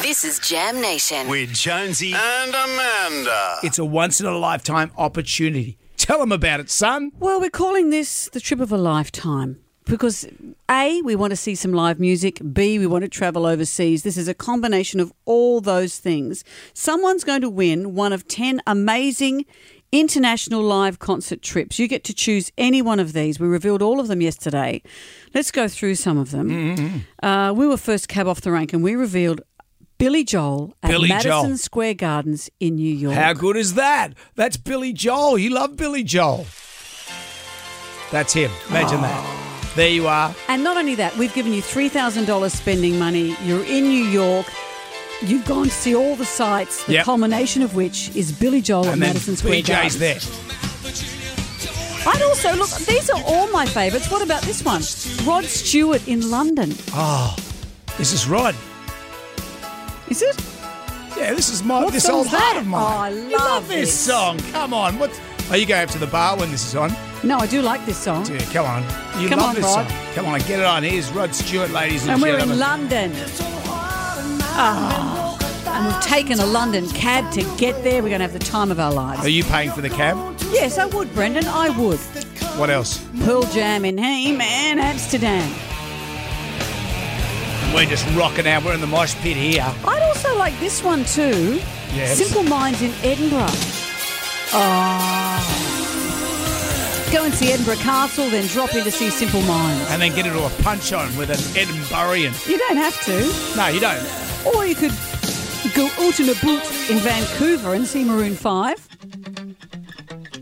This is Jam Nation. with Jonesy. and Amanda. It's a once in a lifetime opportunity. Tell them about it, son. Well, we're calling this the trip of a lifetime because A, we want to see some live music, B, we want to travel overseas. This is a combination of all those things. Someone's going to win one of 10 amazing international live concert trips. You get to choose any one of these. We revealed all of them yesterday. Let's go through some of them. Mm-hmm. Uh, we were first cab off the rank and we revealed Billy Joel at Billy Madison Joel. Square Gardens in New York. How good is that? That's Billy Joel. You love Billy Joel. That's him. Imagine that. There you are. And not only that, we've given you $3,000 spending money. You're in New York. You've gone to see all the sites, the Yep. culmination of which is Billy Joel at And then Madison Square Billy J's Gardens. there. I'd also look. These are all my favourites. What about this one? Rod Stewart in London. This is Rod. Is it? Yeah, this is my What this old song's heart that? of mine. Oh, I you love love this. this. song. Come on, what? Are you going up to the bar when this is on? No, I do like this song. Yeah, come on. You Come love on, this Rod. song. Come on, get it on. Here's Rod Stewart, ladies and, And we're gentlemen. in London. Ah, and we've taken a London cab to get there. We're going to have the time of our Are lives. you paying for the cab? Yes, I would, Brendan. I would. What else? Pearl Jam in Hey Man, Amsterdam. We're just rocking out. We're in the mosh pit here. I'd also like this one too. Yes. Simple Minds in Edinburgh. Oh. Go and see Edinburgh Castle, then drop in to see Simple Minds. And then get into a punch on with an Edinburghian. You don't have to. No, you don't. Or you could go out in a boot in Vancouver and see Maroon 5.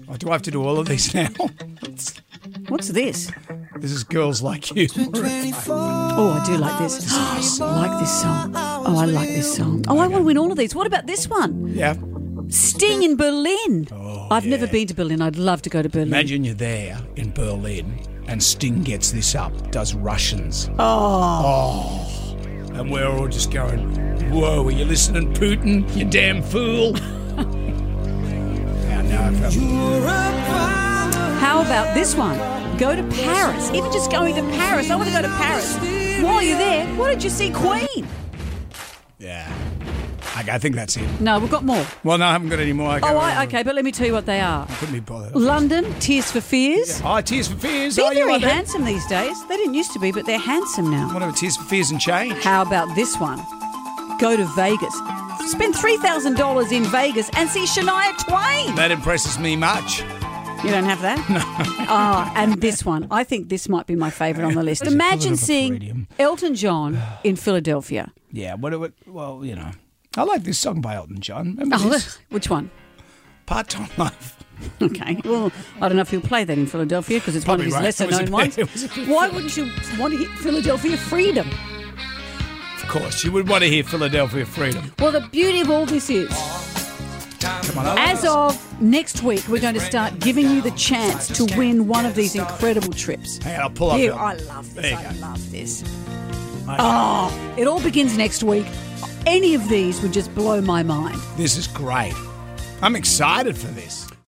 Oh, do I have to do all of these now? What's this? this is girls like you. Oh, I do like this. I like this song. Oh, I like this song. Oh, I want to win all of these. What about this one? yeah. Sting in Berlin. I've never been to Berlin. I'd love to go to Berlin. Imagine you're there in Berlin and Sting gets this up, does Russians. Oh. Oh. And we're all just going, whoa, are you listening, Putin? You damn fool. Now, now I've got- How about this one? Go to Paris. Even just going to Paris. I want to go to Paris. While you're there, why don't you see Queen? yeah. Okay, I think that's it. No, we've got more. Well, no, I haven't got any more. Okay, Oh, well, I, okay, but let me tell you what they are. Couldn't be bothered. London, Tears for Fears. Oh, Tears for Fears. They're are you very on that? handsome these days. They didn't used to be, but they're handsome now. Whatever, Tears for Fears and Change. How about this one? Go to Vegas. Spend $3,000 in Vegas and see Shania Twain. That impresses me much. You don't have that? No. Ah, and this one. I think this might be my favourite on the list. Imagine seeing palladium. Elton John in Philadelphia. Yeah, what, what, well, you know. I like this song by Elton John. Remember Oh, this? which one? Part-time life. Okay. Well, I don't know if he'll play that in Philadelphia because it's Probably one of won't. his lesser It was a known bit- ones. it was a bit- Why wouldn't you want to hit Philadelphia Freedom? Of course, you would want to hear Philadelphia Freedom. Well, the beauty of all this is, Come on, I like as this. of next week, we're going to start giving you the chance to win one of these incredible trips. Hang on, I'll pull up. Here, the- I love There this. you I go. love this. Oh, it all begins next week. Any of these would just blow my mind. This is great. I'm excited for this.